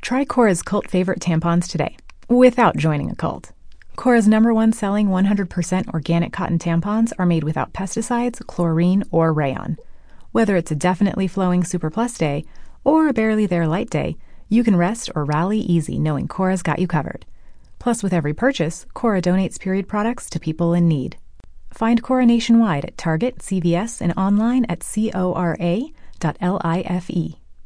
Try Cora's cult favorite tampons today without joining a cult. Cora's number one selling 100% organic cotton tampons are made without pesticides, chlorine, or rayon. Whether it's a definitely flowing Super Plus day or a barely there light day, you can rest or rally easy knowing Cora's got you covered. Plus, with every purchase, Cora donates period products to people in need. Find Cora nationwide at Target, CVS, and online at cora.life.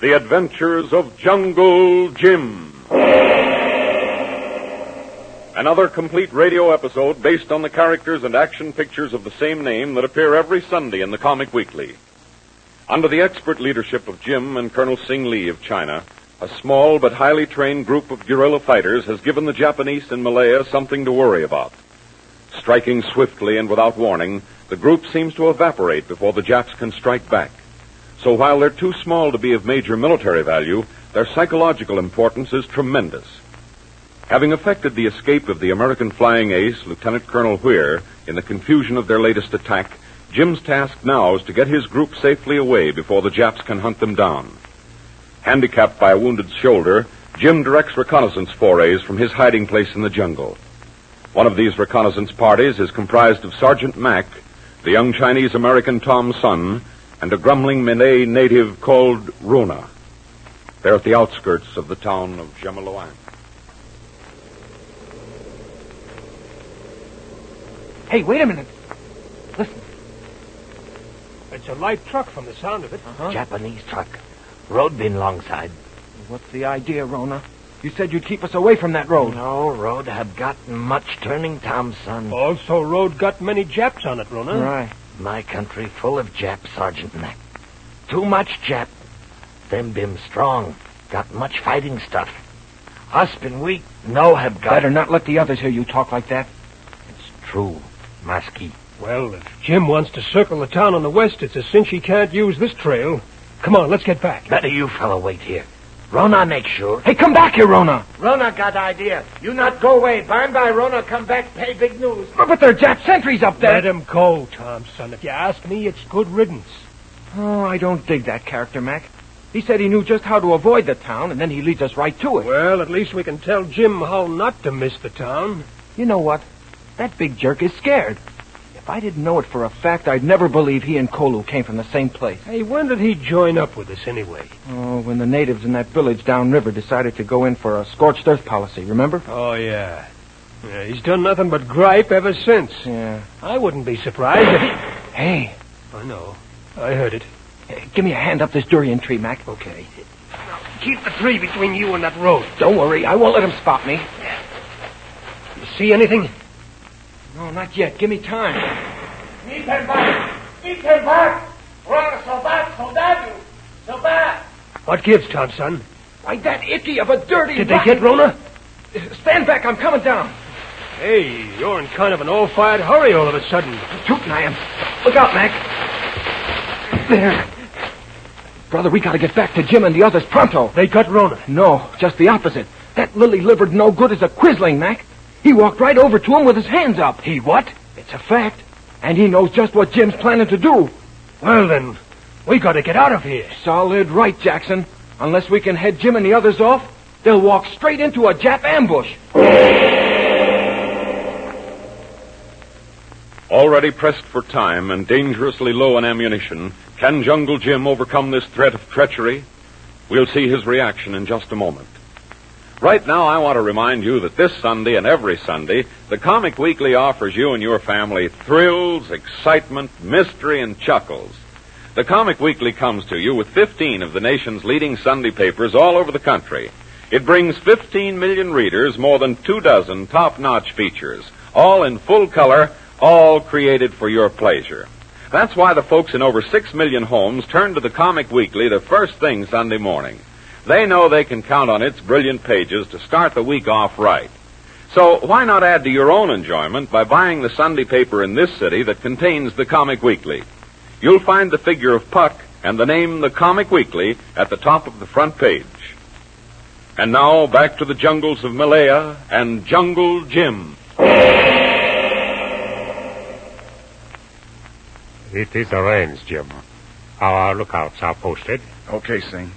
The Adventures of Jungle Jim. Another complete radio episode based on the characters and action pictures of the same name that appear every Sunday in the Comic Weekly. Under the expert leadership of Jim and Colonel Sing Lee of China, a small but highly trained group of guerrilla fighters has given the Japanese in Malaya something to worry about. Striking swiftly and without warning, the group seems to evaporate before the Japs can strike back. So while they're too small to be of major military value, their psychological importance is tremendous. Having effected the escape of the American flying ace, Lieutenant Colonel Weir, in the confusion of their latest attack, Jim's task now is to get his group safely away before the Japs can hunt them down. Handicapped by a wounded shoulder, Jim directs reconnaissance forays from his hiding place in the jungle. One of these reconnaissance parties is comprised of Sergeant Mack, the young Chinese American Tom Sun, and a grumbling Malay native called Rona. They're at the outskirts of the town of Jemaloan. Hey, wait a minute. Listen. It's a light truck from the sound of it. Uh-huh. Japanese truck. Road been longside. What's the idea, Rona? You said you'd keep us away from that road. No road had gotten much turning, Tom, son. Also, road got many Japs on it, Rona. Right. My country full of Jap, Sergeant Mac. Too much Jap. Them been strong. Got much fighting stuff. Us been weak. No have got... Better not let the others hear you talk like that. True, Muskie. Well, if Jim wants to circle the town on the west, it's a cinch he can't use this trail. Come on, let's get back. Better you fellow wait here. Rona make sure. Hey, come back here, Rona. Rona got idea. You not go away. By and by, Rona come back, pay big news. Oh, but there are Jap sentries up there. Let him go, Thompson. If you ask me, it's good riddance. Oh, I don't dig that character, Mac. He said he knew just how to avoid the town, and then he leads us right to it. Well, at least we can tell Jim how not to miss the town. You know what? That big jerk is scared. If I didn't know it for a fact, I'd never believe he and Kolu came from the same place. Hey, when did he join up with us anyway? Oh, when the natives in that village downriver decided to go in for a scorched earth policy, remember? Oh, yeah. yeah he's done nothing but gripe ever since. Yeah. I wouldn't be surprised if he... Hey. I know. I heard it. give me a hand up this durian tree, Mac. Okay. keep the tree between you and that road. Don't worry. I won't let him spot me. You see anything? No, not yet. Give me time. Niet hervaart! Niet hervaart! Roar, soldaat, soldado! Soldaat! What gives, Thompson? Why, that icky of a dirty... Did they get Rona? Stand back. I'm coming down. Hey, you're in kind of an all-fired hurry all of a sudden. Tootin' I am. Look out, Mac. There. Brother, we gotta get back to Jim and the others pronto. They got Rona. No, just the opposite. That lily-livered no good is a quizzling, Mac. He walked right over to him with his hands up. He what? It's a fact. And he knows just what Jim's planning to do. Well, then, we gotta get out of here. Solid right, Jackson. Unless we can head Jim and the others off, they'll walk straight into a Jap ambush. Already pressed for time and dangerously low on ammunition, can Jungle Jim overcome this threat of treachery? We'll see his reaction in just a moment. Right now, I want to remind you that this Sunday and every Sunday, the Comic Weekly offers you and your family thrills, excitement, mystery, and chuckles. The Comic Weekly comes to you with 15 of the nation's leading Sunday papers all over the country. It brings 15 million readers more than two dozen top notch features, all in full color, all created for your pleasure. That's why the folks in over six million homes turn to the Comic Weekly the first thing Sunday morning. They know they can count on its brilliant pages to start the week off right. So why not add to your own enjoyment by buying the Sunday paper in this city that contains the Comic Weekly? You'll find the figure of Puck and the name The Comic Weekly at the top of the front page. And now back to the jungles of Malaya and Jungle Jim. It is arranged, Jim. Our lookouts are posted. Okay, Singh.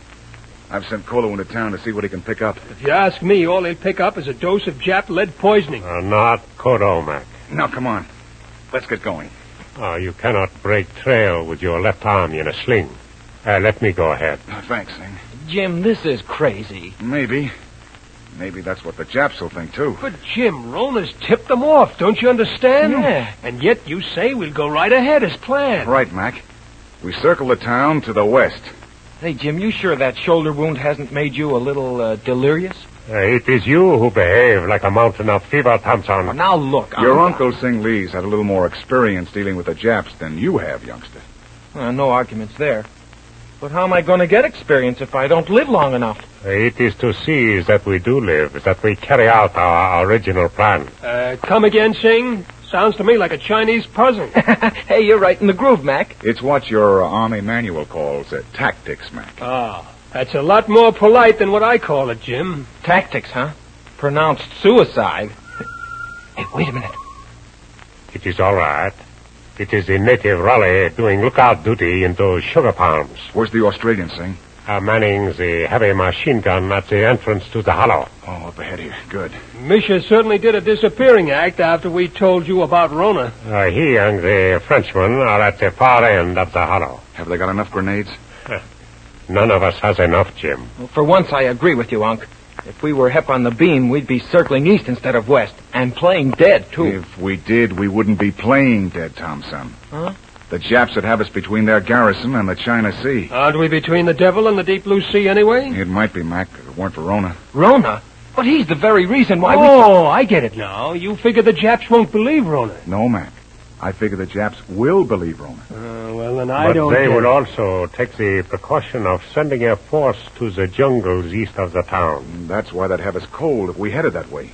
I've sent Kolo into town to see what he can pick up. If you ask me, all they'll pick up is a dose of Jap lead poisoning. Uh, not Kodomak. Now, come on. Let's get going. Uh, you cannot break trail with your left arm in a sling. Uh, let me go ahead. Uh, Thanks, Singh. Jim, this is crazy. Maybe. Maybe that's what the Japs will think, too. But, Jim, Rona's tipped them off, don't you understand? Yeah. And yet you say we'll go right ahead as planned. Mm. Right, Mac. We circle the town to the west. Hey, Jim, you sure that shoulder wound hasn't made you a little uh, delirious? Uh, it is you who behave like a mountain of fever, Well, Thompson. now look, Your I'm- Uncle Sing Lee's had a little more experience dealing with the Japs than you have, youngster. Uh, no arguments there. But how am I going to get experience if I don't live long enough? Uh, It is to seize that we do live, that we carry out our original plan. Uh, come again, Singh? Sounds to me like a Chinese puzzle. hey, you're right in the groove, Mac. It's what your uh, Army manual calls uh, tactics, Mac. Ah, that's a lot more polite than what I call it, Jim. Tactics, huh? Pronounced suicide. Hey, wait a minute. It is all right. It is the native Raleigh doing lookout duty in those sugar palms, Where's the Australian, Sing? uh, manning the heavy machine gun at the entrance to the hollow. Oh, up ahead here. Good. Misha certainly did a disappearing act after we told you about Rona. Uh, he and the Frenchman are at the far end of the hollow. Have they got enough grenades? None of us has enough, Jim. Well, for once, I agree with you, Unc. If we were hep on the beam, we'd be circling east instead of west, and playing dead, too. If we did, we wouldn't be playing dead, Thompson. Huh? The Japs would have us between their garrison and the China Sea. Aren't we between the devil and the deep blue sea anyway? It might be, Mac, if it weren't for Rona. Rona? But he's the very reason why we... oh, I get it now. You figure the Japs won't believe Rona. No, Mac. I figure the Japs will believe Rona. Uh, well, then I but don't. they get will it. also take the precaution of sending a force to the jungles east of the town. And that's why they'd have us cold if we headed that way.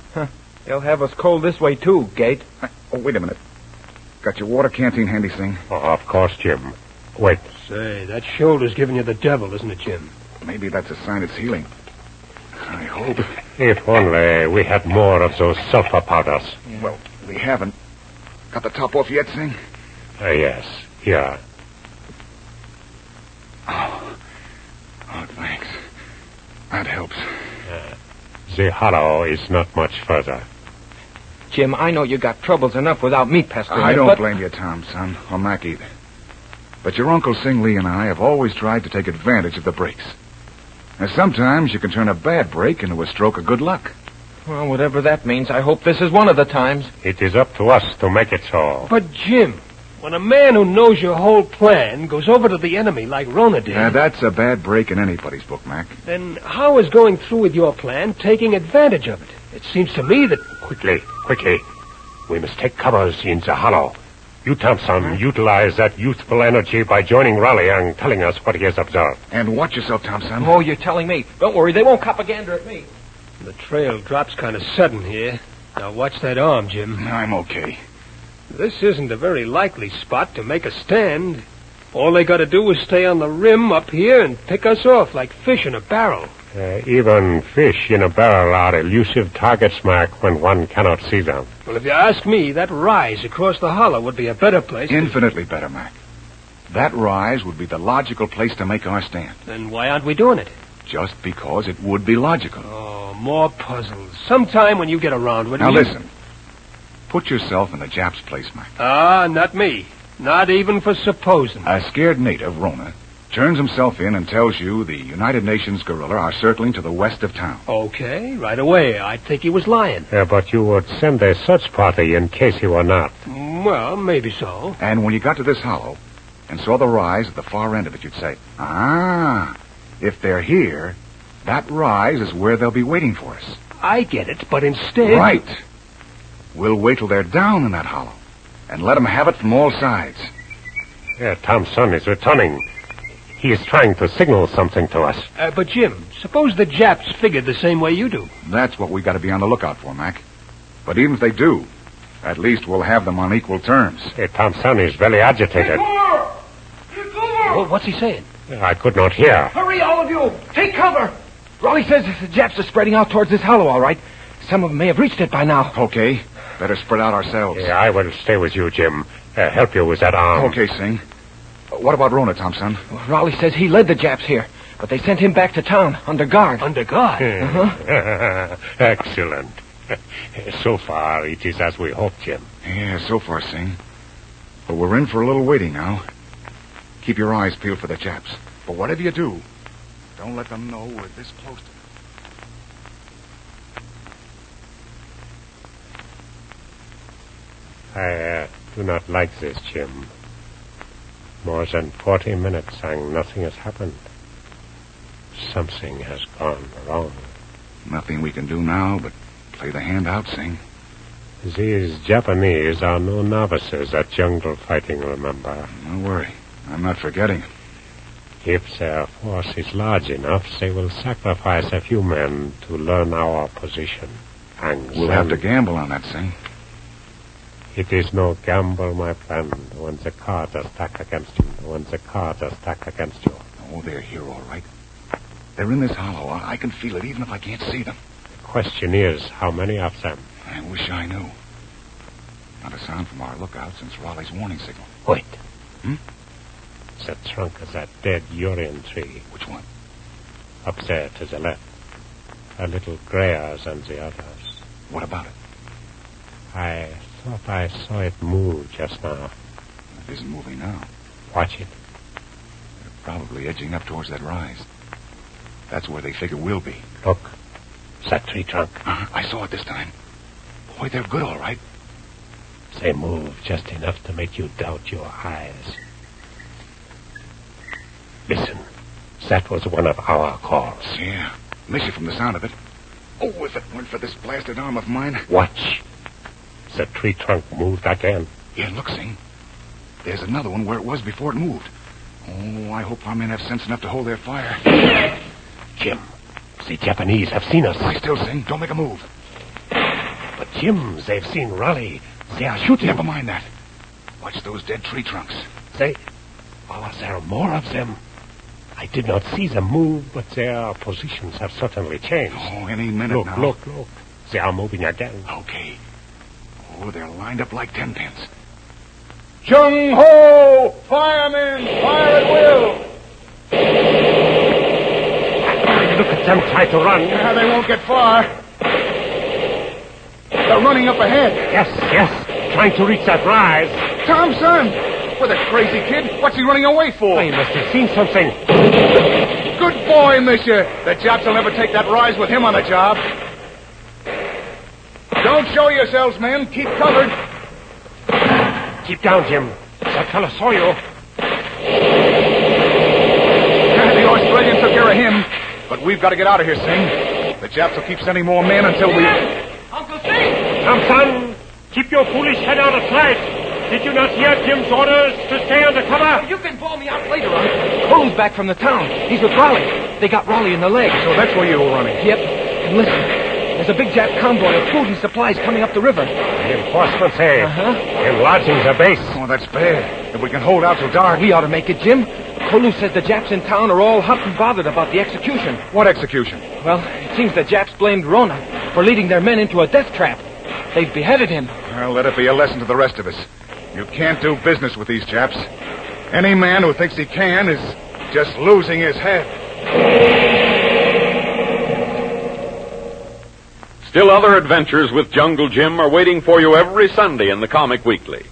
They'll have us cold this way, too, Gate. Oh, wait a minute. Got your water canteen handy, Sing? Oh, of course, Jim. Wait. Say, that shoulder's giving you the devil, isn't it, Jim? Maybe that's a sign it's healing. I hope. If only we had more of those sulfur powders. Well, we haven't. Got the top off yet, Sing? Uh, yes, here. Oh, thanks. That helps. The hollow is not much further. Jim, I know you got troubles enough without me pestering I you, don't but... blame you, Tom, son, or Mac either. But your Uncle Sing Lee and I have always tried to take advantage of the breaks. Now, sometimes you can turn a bad break into a stroke of good luck. Well, whatever that means, I hope this is one of the times. It is up to us to make it so. But Jim, when a man who knows your whole plan goes over to the enemy like Rona did, Now, that's a bad break in anybody's book, Mac. then how is going through with your plan taking advantage of it? It seems to me that Quickly, quickly. We must take covers in the hollow. You, Thompson, utilize that youthful energy by joining Raleigh and telling us what he has observed. And watch yourself, Tom, son. Oh, you're telling me. Don't worry, they won't propaganda at me. the trail drops kind of sudden here. Now watch that arm, Jim. I'm okay. This isn't a very likely spot to make a stand. All they got to do is stay on the rim up here and pick us off like fish in a barrel. Uh, even fish in a barrel are elusive targets, Mac, when one cannot see them. Well, if you ask me, that rise across the hollow would be a better place. Infinitely better, Mac. That rise would be the logical place to make our stand, Then why aren't we doing it? just because it would be logical. Oh, more puzzles. Sometime when you get around, would Now you? listen. Put yourself in the Jap's place, Mac. Ah, not me. Not even for supposing. A scared native, Rona, turns himself in and tells you the United Nations guerrilla are circling to the west of town. Okay, right away. I'd think he was lying. Uh, but you would send a search party in case he were not. Mm, Well, maybe so. And when you got to this hollow and saw the rise at the far end of it, you'd say, Ah, if they're here, that rise is where they'll be waiting for us. I get it, but instead. Right. We'll wait till they're down in that hollow and let 'em have it from all sides. Yeah, Thompson is returning. He is trying to signal something to us. Uh, but, Jim, suppose the Japs figured the same way you do. That's what we got to be on the lookout for, Mac. But even if they do, at least we'll have them on equal terms. Hey, Thompson is very agitated. Well, what's he saying? I could not hear. Hurry, all of you! Take cover! Raleigh says that the Japs are spreading out towards this hollow, all right. Some of them may have reached it by now. Okay. Better spread out ourselves. Yeah, I will stay with you, Jim. Uh, help you with that arm. Okay, Singh. Uh, What about Rona, Thompson? Raleigh says he led the Japs here, but they sent him back to town under guard. Under guard? Excellent. So far, it is as we hoped, Jim. Yeah, so far, Singh. But we're in for a little waiting now. Keep your eyes peeled for the Japs. But whatever you do, don't let them know we're this close to them. I uh, do not like this, Jim. More than 40 minutes and nothing has happened. Something has gone wrong. Nothing we can do now but play the hand out, Singh. These Japanese are no novices at jungle fighting, remember. Don't worry. I'm not forgetting. If their force is large enough, they will sacrifice a few men to learn our position. And We'll then- have to gamble on that, Singh. It is no gamble, my friend, when the cards are stacked against you, when the cards are stacked against you. Oh, they're here, all right. They're in this hollow. I I can feel it, even if I can't see them. The question is, how many of them? I wish I knew. Not a sound from our lookout since Raleigh's warning signal. Wait. The trunk of that dead urine tree, Which one? up there to the left. A little grayer than the others. What about it? I thought I saw it move just now. It isn't moving now. Watch it. They're probably edging up towards that rise. That's where they figure we'll be. Look. That tree trunk. Uh-huh. I saw it this time. Boy, they're good, all right. They move just enough to make you doubt your eyes. Listen. That was one of our calls. Yeah. Miss you from the sound of it. Oh, if it weren't for this blasted arm of mine. Watch. The tree trunk moved again. Yeah, look, Sing. There's another one where it was before it moved. Oh, I hope our men have sense enough to hold their fire. Jim, the Japanese have seen us. Lie still, Sing. Don't make a move. But Jim, they've seen Raleigh. They are shooting. Never mind that. Watch those dead tree trunks. They. Are there more of them? I did not see them move, but their positions have certainly changed. Oh, any minute look, now. look, look. They are moving again. Okay. Oh, they're lined up like tenpins. Jung ho! Firemen, fire at will! Look at them try to run. Yeah, they won't get far. They're running up ahead. Yes, yes. Trying to reach that rise. Thompson! With a crazy kid, what's he running away for? They must have seen something. Good boy, Monsieur. The Japs will never take that rise with him on the job. Don't show yourselves, men. Keep covered. Keep down, Jim. That fellow saw you. The Australian took care of him. But we've got to get out of here, Singh. The Japs will keep sending more men until we. Thompson, keep your foolish head out of sight. Did you not hear Jim's orders to stay under cover? You can bore me out later on. Cole's back from the town. He's with Raleigh. They got Raleigh in the leg. So that's where you were running. Yep. And listen, there's a big Jap convoy of food and supplies coming up the river. Reinforcements, eh? Uh-huh. Enlarging the base. Oh, that's bad. If we can hold out till dark. We Uh, ought to make it, Jim. Kolu says the Japs in town are all hot and bothered about the execution. What execution? Well, it seems the Japs blamed Rona for leading their men into a death trap. They've beheaded him. Well, let it be a lesson to the rest of us. You can't do business with these chaps. Any man who thinks he can is just losing his head. Still other adventures with Jungle Jim are waiting for you every Sunday in the Comic Weekly.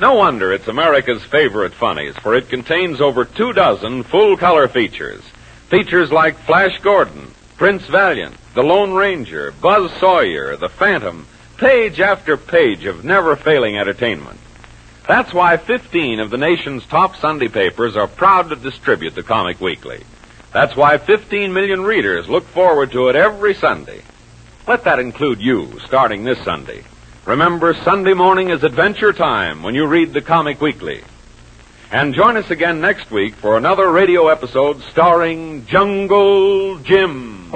No wonder it's America's favorite funnies, for it contains over two dozen full color features. Features like Flash Gordon, Prince Valiant, The Lone Ranger, Buzz Sawyer, The Phantom, page after page of never failing entertainment. That's why 15 of the nation's top Sunday papers are proud to distribute the Comic Weekly. That's why 15 million readers look forward to it every Sunday. Let that include you, starting this Sunday. Remember, Sunday morning is adventure time when you read the Comic Weekly. And join us again next week for another radio episode starring Jungle Jim.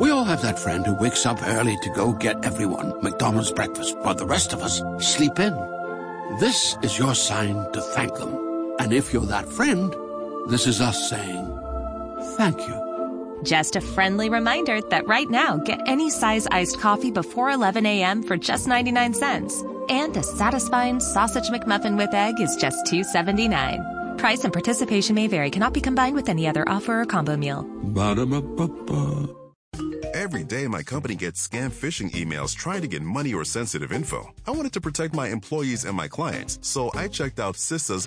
We all have that friend who wakes up early to go get everyone McDonald's breakfast while the rest of us sleep in. This is your sign to thank them. And if you're that friend, this is us saying thank you. Just a friendly reminder that right now, get any size iced coffee before 11 a.m. for just 99 cents. And a satisfying sausage McMuffin with egg is just $2.79. Price and participation may vary, cannot be combined with any other offer or combo meal. Ba-da-ba-ba-ba. Every day, my company gets scam phishing emails trying to get money or sensitive info. I wanted to protect my employees and my clients, so I checked out CISA's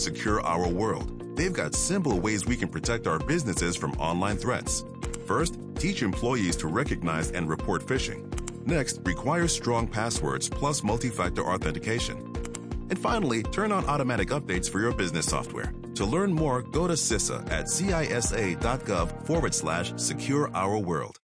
Secure Our World. They've got simple ways we can protect our businesses from online threats. First, teach employees to recognize and report phishing. Next, require strong passwords plus multi factor authentication. And finally, turn on automatic updates for your business software. To learn more, go to CISA at cisa.gov forward slash secure our world.